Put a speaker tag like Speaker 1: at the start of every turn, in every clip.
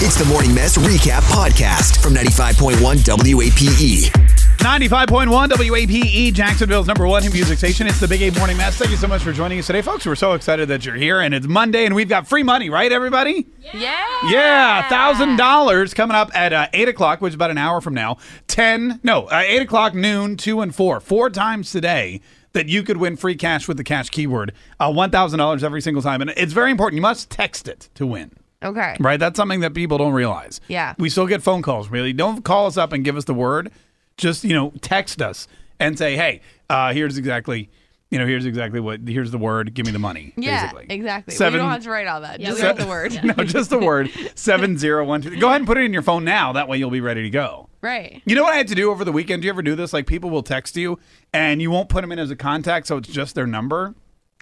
Speaker 1: It's the Morning Mess Recap Podcast from 95.1 WAPE.
Speaker 2: 95.1 WAPE, E, Jacksonville's number one hit music station. It's the Big A Morning Mass. Thank you so much for joining us today, folks. We're so excited that you're here, and it's Monday, and we've got free money, right, everybody?
Speaker 3: Yeah.
Speaker 2: Yeah, thousand dollars coming up at uh, eight o'clock, which is about an hour from now. Ten, no, uh, eight o'clock, noon, two, and four. Four times today that you could win free cash with the cash keyword. Uh, One thousand dollars every single time, and it's very important. You must text it to win.
Speaker 3: Okay.
Speaker 2: Right? That's something that people don't realize.
Speaker 3: Yeah.
Speaker 2: We still get phone calls, really. Don't call us up and give us the word. Just, you know, text us and say, hey, uh, here's exactly, you know, here's exactly what, here's the word, give me the money.
Speaker 3: Yeah.
Speaker 2: basically.
Speaker 3: Exactly.
Speaker 2: Seven-
Speaker 3: we don't have to write all that. Just
Speaker 2: we
Speaker 3: write
Speaker 2: don't.
Speaker 3: the word.
Speaker 2: no, just the word 7012. Go ahead and put it in your phone now. That way you'll be ready to go.
Speaker 3: Right.
Speaker 2: You know what I had to do over the weekend? Do you ever do this? Like people will text you and you won't put them in as a contact, so it's just their number.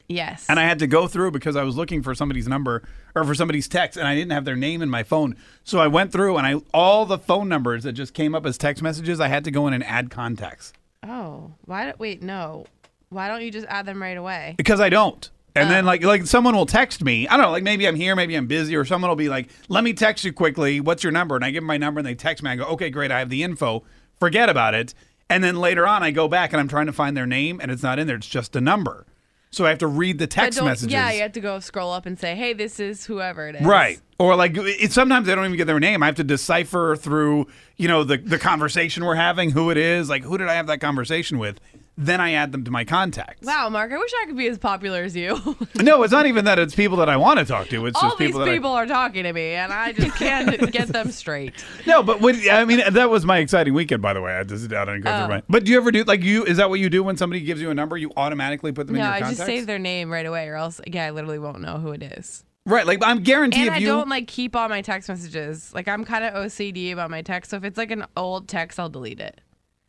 Speaker 3: Yes.
Speaker 2: And I had to go through because I was looking for somebody's number or for somebody's text, and I didn't have their name in my phone. So I went through and I all the phone numbers that just came up as text messages, I had to go in and add contacts
Speaker 3: oh, why don't wait? No. Why don't you just add them right away?
Speaker 2: because I don't. And
Speaker 3: Oh.
Speaker 2: then like like someone will text me. I don't know, like maybe I'm here, maybe I'm busy, or someone will be like, "Let me text you quickly. What's your number?" And I give them my number, and they text me. I go, "Okay, great. I have the info. Forget about it." And then later on, I go back and I'm trying to find their name, and it's not in there. It's just a number. So I have to read the
Speaker 3: But
Speaker 2: text
Speaker 3: don't-
Speaker 2: messages.
Speaker 3: Yeah, you have to go scroll up and say, "Hey, this is whoever it is."
Speaker 2: Right. Or like it, sometimes I don't even get their name. I have to decipher through, you know, the, the conversation we're having, who it is, like who did I have that conversation with? Then I add them to my contacts.
Speaker 3: Wow, Mark. I wish I could be as popular as you.
Speaker 2: No, it's not even that it's people that I want to talk to. It's
Speaker 3: all
Speaker 2: just
Speaker 3: these
Speaker 2: people
Speaker 3: people,
Speaker 2: that I-
Speaker 3: are talking to me, and I just can't get them straight.
Speaker 2: No, but what, I mean that was my exciting weekend by the way. I just I didn't go
Speaker 3: Oh.
Speaker 2: through my But do you ever do like you is that what you do when somebody gives you a number, you automatically put them
Speaker 3: No,
Speaker 2: in your
Speaker 3: I
Speaker 2: contacts?
Speaker 3: just save their name right away, or else, yeah, I literally won't know who it is.
Speaker 2: right, like I'm guarantee
Speaker 3: And
Speaker 2: if
Speaker 3: I
Speaker 2: you
Speaker 3: don't like keep all my text messages. Like I'm kind of OCD about my text, so if it's like an old text, I'll delete it.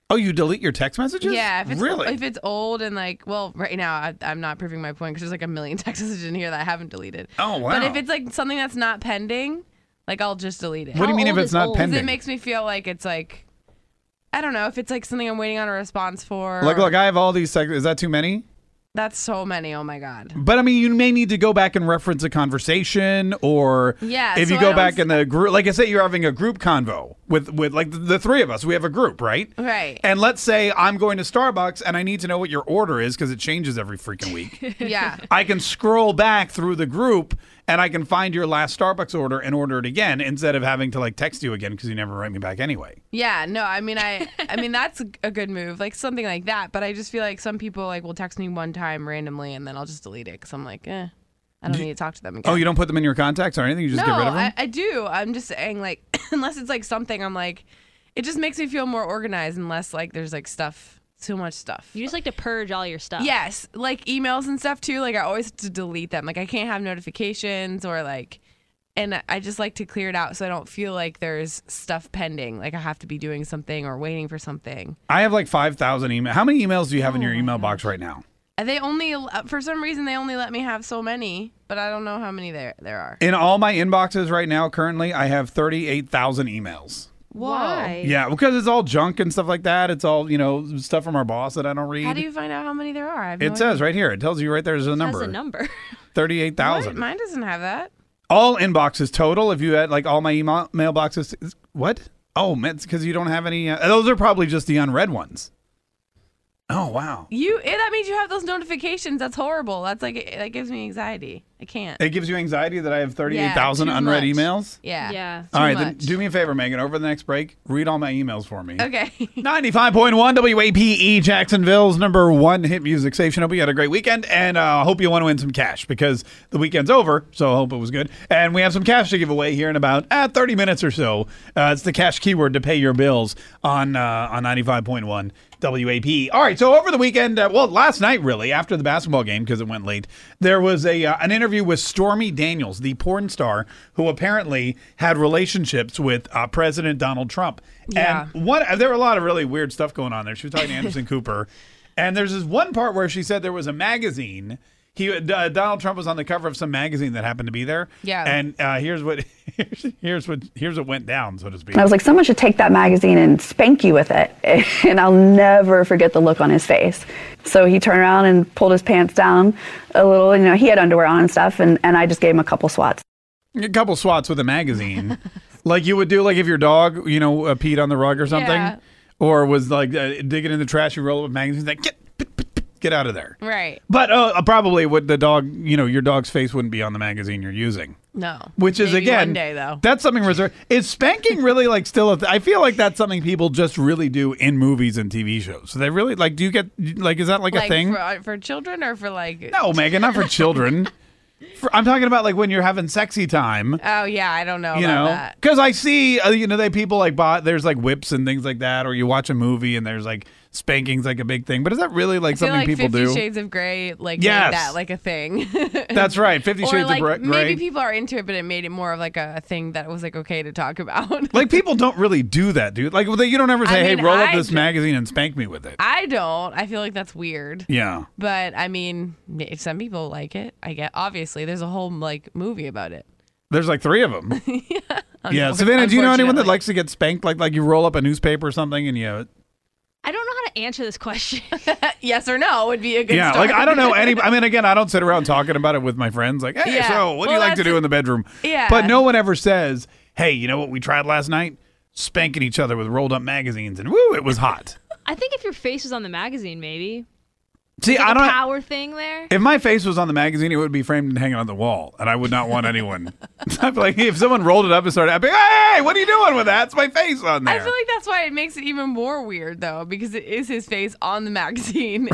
Speaker 2: Oh, you delete your text messages?
Speaker 3: yeah, if it's
Speaker 2: really?
Speaker 3: if it's old and like, well, right now I, I'm not proving my point because there's like a million text messages in here that I haven't deleted.
Speaker 2: Oh, wow.
Speaker 3: But if it's like something that's not pending, like I'll just delete it.
Speaker 2: what do you
Speaker 4: How
Speaker 2: mean if
Speaker 4: old
Speaker 2: it's
Speaker 4: is
Speaker 2: not
Speaker 4: old? Is it
Speaker 3: 'Cause
Speaker 2: pending?
Speaker 3: It makes me feel like it's like, I don't know if it's like something I'm waiting on a response for.
Speaker 2: Look,
Speaker 3: or-
Speaker 2: look, I have all these text. Is that too many?
Speaker 3: that's so many. Oh my god.
Speaker 2: But I mean, you may need to go back and reference a conversation, or
Speaker 3: Yeah,
Speaker 2: if
Speaker 3: so
Speaker 2: you
Speaker 3: I
Speaker 2: go
Speaker 3: don't
Speaker 2: back
Speaker 3: s-
Speaker 2: in the group, like I say, you're having a group convo with with like the, the three of us. We have a group, right?
Speaker 3: Right.
Speaker 2: And let's say I'm going to Starbucks and I need to know what your order is because it changes every freaking week.
Speaker 3: Yeah.
Speaker 2: I can scroll back through the group and I can find your last Starbucks order and order it again instead of having to like text you again because you never write me back anyway.
Speaker 3: Yeah, no, I mean, I, I mean, that's a- a good move, like something like that. But I just feel like some people like will text me one time randomly, and then I'll just delete it because I'm like, eh, I don't need to talk to them again.
Speaker 2: Oh, you don't put them in your contacts or anything? You just
Speaker 3: no,
Speaker 2: get rid of them?
Speaker 3: I, I do. I'm just saying, like, unless it's like something, I'm like, it just makes me feel more organized, unless like there's like stuff, too much stuff.
Speaker 4: You just like to purge all your stuff.
Speaker 3: yes, like emails and stuff too. Like I always have to delete them. Like I can't have notifications or like. And I- I just like to clear it out so I don't feel like there's stuff pending. Like I have to be doing something or waiting for something.
Speaker 2: I have like 5,000 emails. How many emails do you have
Speaker 3: Oh
Speaker 2: in your email box right now?
Speaker 3: They only, uh, for some reason, they only let me have so many, but I don't know how many there there are.
Speaker 2: In all my inboxes right now, currently, I have 38,000 emails.
Speaker 3: Why?
Speaker 2: Yeah, because it's all junk and stuff like that. It's all, you know, stuff from our boss that I don't read.
Speaker 3: How do you find out how many there are? I have no
Speaker 2: it says right here. It tells you right there there's a
Speaker 4: Has
Speaker 2: number.
Speaker 4: a number.
Speaker 3: idea. What?
Speaker 2: 38,000.
Speaker 3: Mine doesn't have that.
Speaker 2: All inboxes total. If you had like all my email mailboxes, what? Oh, man, it's because you don't have any. Uh, those are probably just the unread ones. Oh, wow.
Speaker 3: You eh, that means you have those notifications. That's horrible. That's like eh, that gives me anxiety. I can't.
Speaker 2: It gives you anxiety that I have 38,000
Speaker 3: too
Speaker 2: unread
Speaker 3: much.
Speaker 2: emails.
Speaker 3: Yeah.
Speaker 4: Yeah.
Speaker 3: Too
Speaker 2: all right, then
Speaker 3: much.
Speaker 2: do me a favor, Megan. Over the next break, read all my emails for me.
Speaker 3: Okay.
Speaker 2: 95.1 WAPE E, Jacksonville's number one hit music station. Hope you had a great weekend and uh, hope you want to win some cash because the weekend's over. So I hope it was good. And we have some cash to give away here in about uh, 30 minutes or so. Uh, it's the cash keyword to pay your bills on uh, on 95.1 WAPE. E. All right. So over the weekend, uh, well, last night really, after the basketball game because it went late, there was a uh, an interview with Stormy Daniels, the porn star who apparently had relationships with uh, President Donald Trump.
Speaker 3: Yeah.
Speaker 2: And what there were a lot of really weird stuff going on there. She was talking to Anderson Cooper, and there's this one part where she said there was a magazine. He uh, Donald Trump was on the cover of some magazine that happened to be there.
Speaker 3: Yeah.
Speaker 2: And uh, here's what here's, here's what here's what went down, so to speak.
Speaker 5: I was like, someone should take that magazine and spank you with it. And I'll never forget the look on his face. So he turned around and pulled his pants down a little. You know, he had underwear on and stuff. And, and I just gave him a couple swats.
Speaker 2: A couple swats with a magazine. like you would do, like if your dog, you know, uh, peed on the rug or something,
Speaker 3: Yeah.
Speaker 2: or was like uh, digging in the trash. You roll up with magazines, like get pit, pit, pit, get out of there.
Speaker 3: Right.
Speaker 2: But uh, probably would the dog, you know, your dog's face wouldn't be on the magazine you're using.
Speaker 3: No.
Speaker 2: Which is
Speaker 3: Maybe
Speaker 2: again,
Speaker 3: one day though.
Speaker 2: that's something reserved. Is spanking really like still? A th- I feel like that's something people just really do in movies and TV shows. So they really like. Do you get like? Is that like, a
Speaker 3: like
Speaker 2: thing?
Speaker 3: For, uh, for children or for like?
Speaker 2: no, Megan, not for children. For, I'm talking about like when you're having sexy time.
Speaker 3: Oh yeah, I don't know
Speaker 2: You
Speaker 3: about
Speaker 2: know,
Speaker 3: that.
Speaker 2: because I see, uh, you know, they people like bought. There's like whips and things like that, or you watch a movie and there's like spankings, like a big thing. But is that really like
Speaker 3: I feel
Speaker 2: something
Speaker 3: like
Speaker 2: people
Speaker 3: Fifty
Speaker 2: do?
Speaker 3: Shades of Grey like
Speaker 2: Yes.
Speaker 3: made that like a thing.
Speaker 2: That's right, Fifty
Speaker 3: or
Speaker 2: Shades
Speaker 3: like
Speaker 2: of Grey.
Speaker 3: maybe people are into it, but it made it more of like a thing that was like okay to talk about.
Speaker 2: like people don't really do that, dude. Like they- you don't ever say, "Hey,
Speaker 3: mean,
Speaker 2: roll up
Speaker 3: I
Speaker 2: this
Speaker 3: d-
Speaker 2: magazine and spank me with it."
Speaker 3: I don't. I feel like that's weird.
Speaker 2: yeah.
Speaker 3: But I mean, if some people like it, I get obviously there's a whole like movie about it.
Speaker 2: There's like three of them. yeah. Savannah, do you know anyone that
Speaker 3: unfortunately.
Speaker 2: likes to get spanked? Like, like you roll up a newspaper or something, and you.
Speaker 4: I don't know how to answer this question.
Speaker 3: Yes or no would be a good
Speaker 2: Yeah,
Speaker 3: start.
Speaker 2: like I don't know any. I mean, again, I don't sit around talking about it with my friends. Like, hey,
Speaker 3: Yeah.
Speaker 2: so what do you
Speaker 3: Well,
Speaker 2: like to
Speaker 3: that's-
Speaker 2: do in the bedroom?
Speaker 3: Yeah.
Speaker 2: But no one ever says, hey, you know what we tried last night? Spanking each other with rolled up magazines, and woo, it was hot.
Speaker 4: I think if your face was on the magazine, maybe
Speaker 2: See, I
Speaker 4: the
Speaker 2: don't.
Speaker 4: power thing there.
Speaker 2: If my face was on the magazine, it would be framed and hanging on the wall, and I would not want anyone. I'd be like, if someone rolled it up and started, I'd be, hey, what are you doing with that? It's my face on there.
Speaker 3: I feel like that's why it makes it even more weird though, because it is his face on the magazine,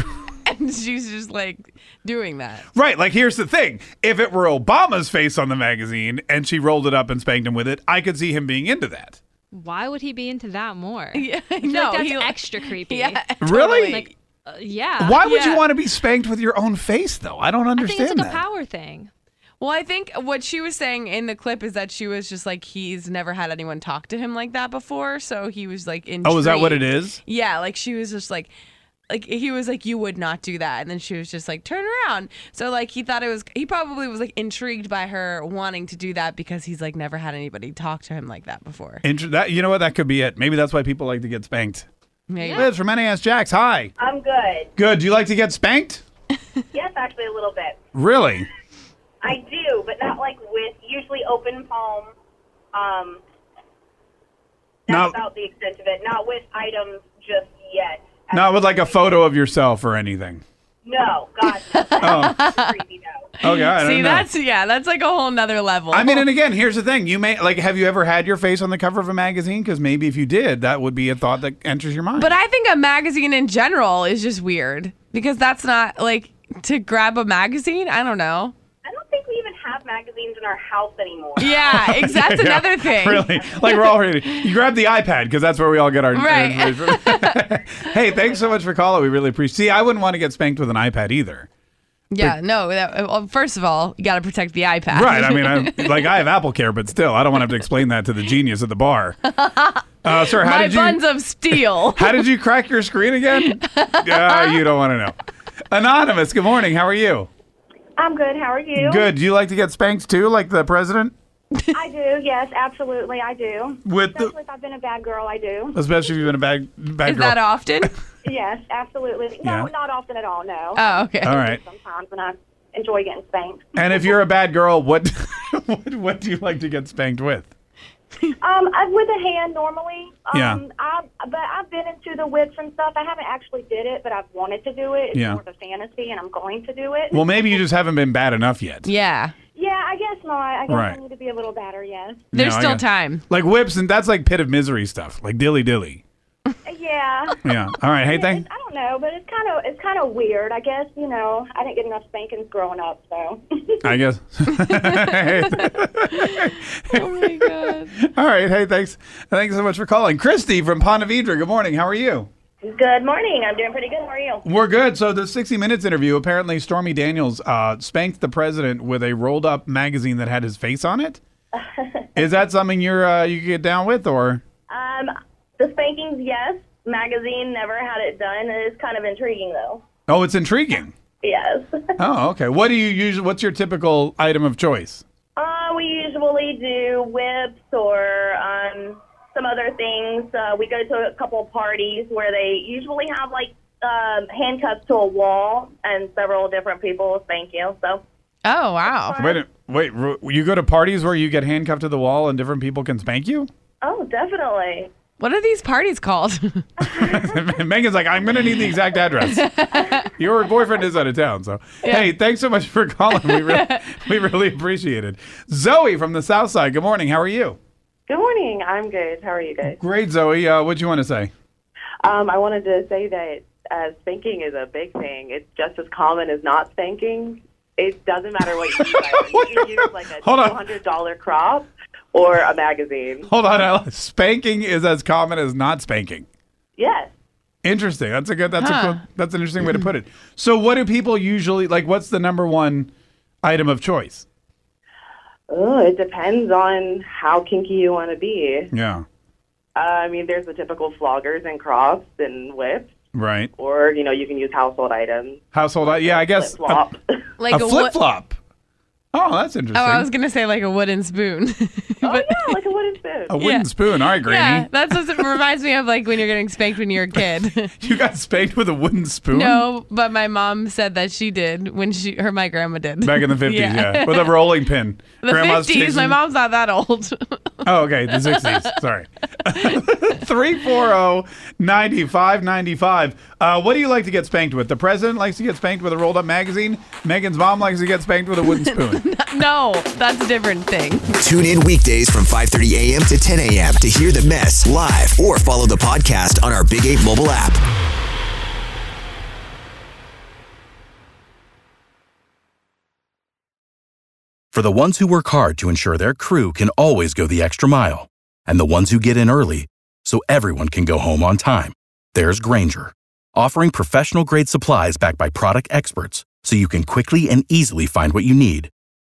Speaker 3: and she's just like doing that.
Speaker 2: Right. Like, here's the thing if it were Obama's face on the magazine and she rolled it up and spanked him with it, I could see him being into that.
Speaker 4: Why would he be into that more?
Speaker 3: Yeah,
Speaker 4: I feel
Speaker 3: no,
Speaker 4: like that's
Speaker 3: he-
Speaker 4: extra creepy.
Speaker 3: Yeah,
Speaker 2: Really?
Speaker 3: totally.
Speaker 4: Like, uh, yeah.
Speaker 2: Why would you
Speaker 3: yeah.
Speaker 2: want to be spanked with your own face, though? I don't
Speaker 4: I think it's
Speaker 2: understand
Speaker 4: like a
Speaker 2: that.
Speaker 4: power thing.
Speaker 3: Well, I think what she was saying in the clip is that she was just like he's never had anyone talk to him like that before, so he was like intrigued.
Speaker 2: Oh, is that what it is?
Speaker 3: Yeah, like she was just like like he was like you would not do that and then she was just like turn around. So like he thought it was he probably was like intrigued by her wanting to do that because he's like never had anybody talk to him like that before.
Speaker 2: Inter- that, you know what? That could be it. Maybe that's why people like to get spanked.
Speaker 3: Maybe.
Speaker 2: Liz from NAS Jacks. Hi.
Speaker 6: I'm good.
Speaker 2: Good. Do you like to get spanked?
Speaker 6: Yes, actually, a little bit.
Speaker 2: Really?
Speaker 6: I do, but not like with usually open palm. Um, that's
Speaker 2: Not-
Speaker 6: about the extent of it. Not with items just yet.
Speaker 2: Not with like a photo of yourself or anything.
Speaker 6: No, God, no.
Speaker 2: Oh.
Speaker 6: That's creepy. No.
Speaker 2: Okay. I don't
Speaker 3: See,
Speaker 2: know.
Speaker 3: that's yeah, that's like a whole nother level.
Speaker 2: I mean, and again, here's the thing. You may like, have you ever had your face on the cover of a magazine? Because maybe if you did, that would be a thought that enters your mind.
Speaker 3: But I think a magazine in general is just weird because that's not like to grab a magazine, I don't know.
Speaker 6: I don't think we even have magazines in our house anymore.
Speaker 3: Yeah, ex- that's
Speaker 2: Yeah,
Speaker 3: another thing.
Speaker 2: Really? Like we're all ready. You grab the iPad because that's where we all get our.
Speaker 3: Right.
Speaker 2: hey, thanks so much for calling. We really appreciate. See, I wouldn't want to get spanked with an iPad either.
Speaker 3: Yeah, no. That, well, first of all, you got to protect the iPad.
Speaker 2: Right. I mean, I, like I have Apple Care, but still, I don't want to have to explain that to the genius at the bar. Uh, sir, how
Speaker 3: My
Speaker 2: did you?
Speaker 3: buns of steel.
Speaker 2: how did you crack your screen again? Ah, you don't want to know. Anonymous. Good morning. How are you?
Speaker 6: I'm good. How are you?
Speaker 2: Good. Do you like to get spanked too, like the president?
Speaker 6: I do. Yes, absolutely. I do.
Speaker 2: With the,
Speaker 6: Especially if I've been a bad girl, I do.
Speaker 2: especially if you've been a bad bad
Speaker 3: Is
Speaker 2: girl.
Speaker 3: that often?
Speaker 6: Yes, absolutely.
Speaker 2: Yeah.
Speaker 6: No, not often at all. No.
Speaker 3: Oh, okay.
Speaker 2: All right.
Speaker 6: Sometimes, and I enjoy getting spanked.
Speaker 2: And if you're a bad girl, what what, what do you like to get spanked with?
Speaker 6: Um, I, with a hand normally. Um,
Speaker 2: Yeah.
Speaker 6: I, but I've been into the whips and stuff. I haven't actually did it, but I've wanted to do it. It's
Speaker 2: Yeah.
Speaker 6: more of a fantasy, and I'm going to do it.
Speaker 2: Well, maybe you just haven't been bad enough yet.
Speaker 3: Yeah,
Speaker 6: yeah, I guess not. I guess
Speaker 2: Right.
Speaker 6: I need to be a little better. Yes.
Speaker 3: there's
Speaker 2: No, I
Speaker 3: still
Speaker 2: got-
Speaker 3: time.
Speaker 2: Like whips, and that's like pit of misery stuff, like dilly dilly.
Speaker 6: Yeah.
Speaker 2: Yeah. All right. Hey,
Speaker 6: It's,
Speaker 2: thank.
Speaker 6: I don't know, but it's kind of it's kind of weird. I guess you know I didn't get enough spankings growing up, so.
Speaker 2: I guess.
Speaker 3: Oh my god.
Speaker 2: All right. Hey, thanks. Thanks so much for calling, Christy from Ponte Vedra. Good morning. How are you?
Speaker 6: Good morning. I'm doing pretty good. How are you?
Speaker 2: We're good. So the 60 Minutes interview. Apparently, Stormy Daniels uh, spanked the president with a rolled up magazine that had his face on it. Is that something you're uh, you get down with, or?
Speaker 6: Um, the spankings, yes. Magazine never had it done. It is kind of intriguing, though.
Speaker 2: Oh, it's intriguing.
Speaker 6: Yes.
Speaker 2: Oh, okay. What do you usually? What's your typical item of choice?
Speaker 6: Uh, we usually do whips or um, some other things. Uh, we go to a couple parties where they usually have like um, handcuffs to a wall and several different people will thank you. So
Speaker 3: Oh wow.
Speaker 2: Wait, a- wait. ru- You go to parties where you get handcuffed to the wall and different people can spank you?
Speaker 6: Oh, definitely.
Speaker 3: What are these parties called?
Speaker 2: Megan's like, I'm going to need the exact address. Your boyfriend is out of town, so hey, thanks so much for calling. We really, we really appreciate it. Zoe from the South Side. Good morning. How are you?
Speaker 7: Good morning. I'm good. How are you guys?
Speaker 2: Great, Zoe. Uh, what do you want to say?
Speaker 7: Um, I wanted to say that uh, spanking is a big thing. It's just as common as not spanking. It doesn't matter what you use. You can use like a
Speaker 2: Hold on.
Speaker 7: $200 crop or a magazine.
Speaker 2: Hold on. I- Spanking is as common as not spanking.
Speaker 7: Yes.
Speaker 2: Interesting. That's a good. That's a cool, that's an interesting way to put it. So, what do people usually like? What's the number one item of choice?
Speaker 7: Oh, it depends on how kinky you want to be.
Speaker 2: Yeah.
Speaker 7: Uh, I mean, there's the typical floggers and crops and whips,
Speaker 2: Right.
Speaker 7: or, you know, you can use household items.
Speaker 2: Household. i- Yeah, I guess
Speaker 7: Flip flop.
Speaker 3: like
Speaker 2: a,
Speaker 3: wo-
Speaker 2: flip flop. Oh, that's interesting.
Speaker 3: Oh, I was gonna say like a wooden spoon.
Speaker 7: oh, yeah, like a wooden spoon.
Speaker 2: a wooden
Speaker 3: yeah.
Speaker 2: spoon. All right, Granny.
Speaker 3: yeah, that's what it reminds me of like when you're getting spanked when you're a kid.
Speaker 2: You got spanked with a wooden spoon?
Speaker 3: no, but my mom said that she did when she her my grandma did.
Speaker 2: Back in the 50s, yeah. With a rolling pin.
Speaker 3: The
Speaker 2: Grandma's
Speaker 3: 50s. My
Speaker 2: chasing-
Speaker 3: mom's not that old.
Speaker 2: Oh, okay. The 60s. Sorry. oh, 340 9595. Uh, what do you like to get spanked with? The president likes to get spanked with a rolled up magazine. Megan's mom likes to get spanked with a wooden spoon.
Speaker 3: no, that's a different thing.
Speaker 1: Tune in weekdays from 5:30 a.m. to 10 a.m. to hear the mess live or follow the podcast on our Big 8 mobile app.
Speaker 8: For the ones who work hard to ensure their crew can always go the extra mile, and the ones who get in early so everyone can go home on time, there's Granger, offering professional grade supplies backed by product experts so you can quickly and easily find what you need.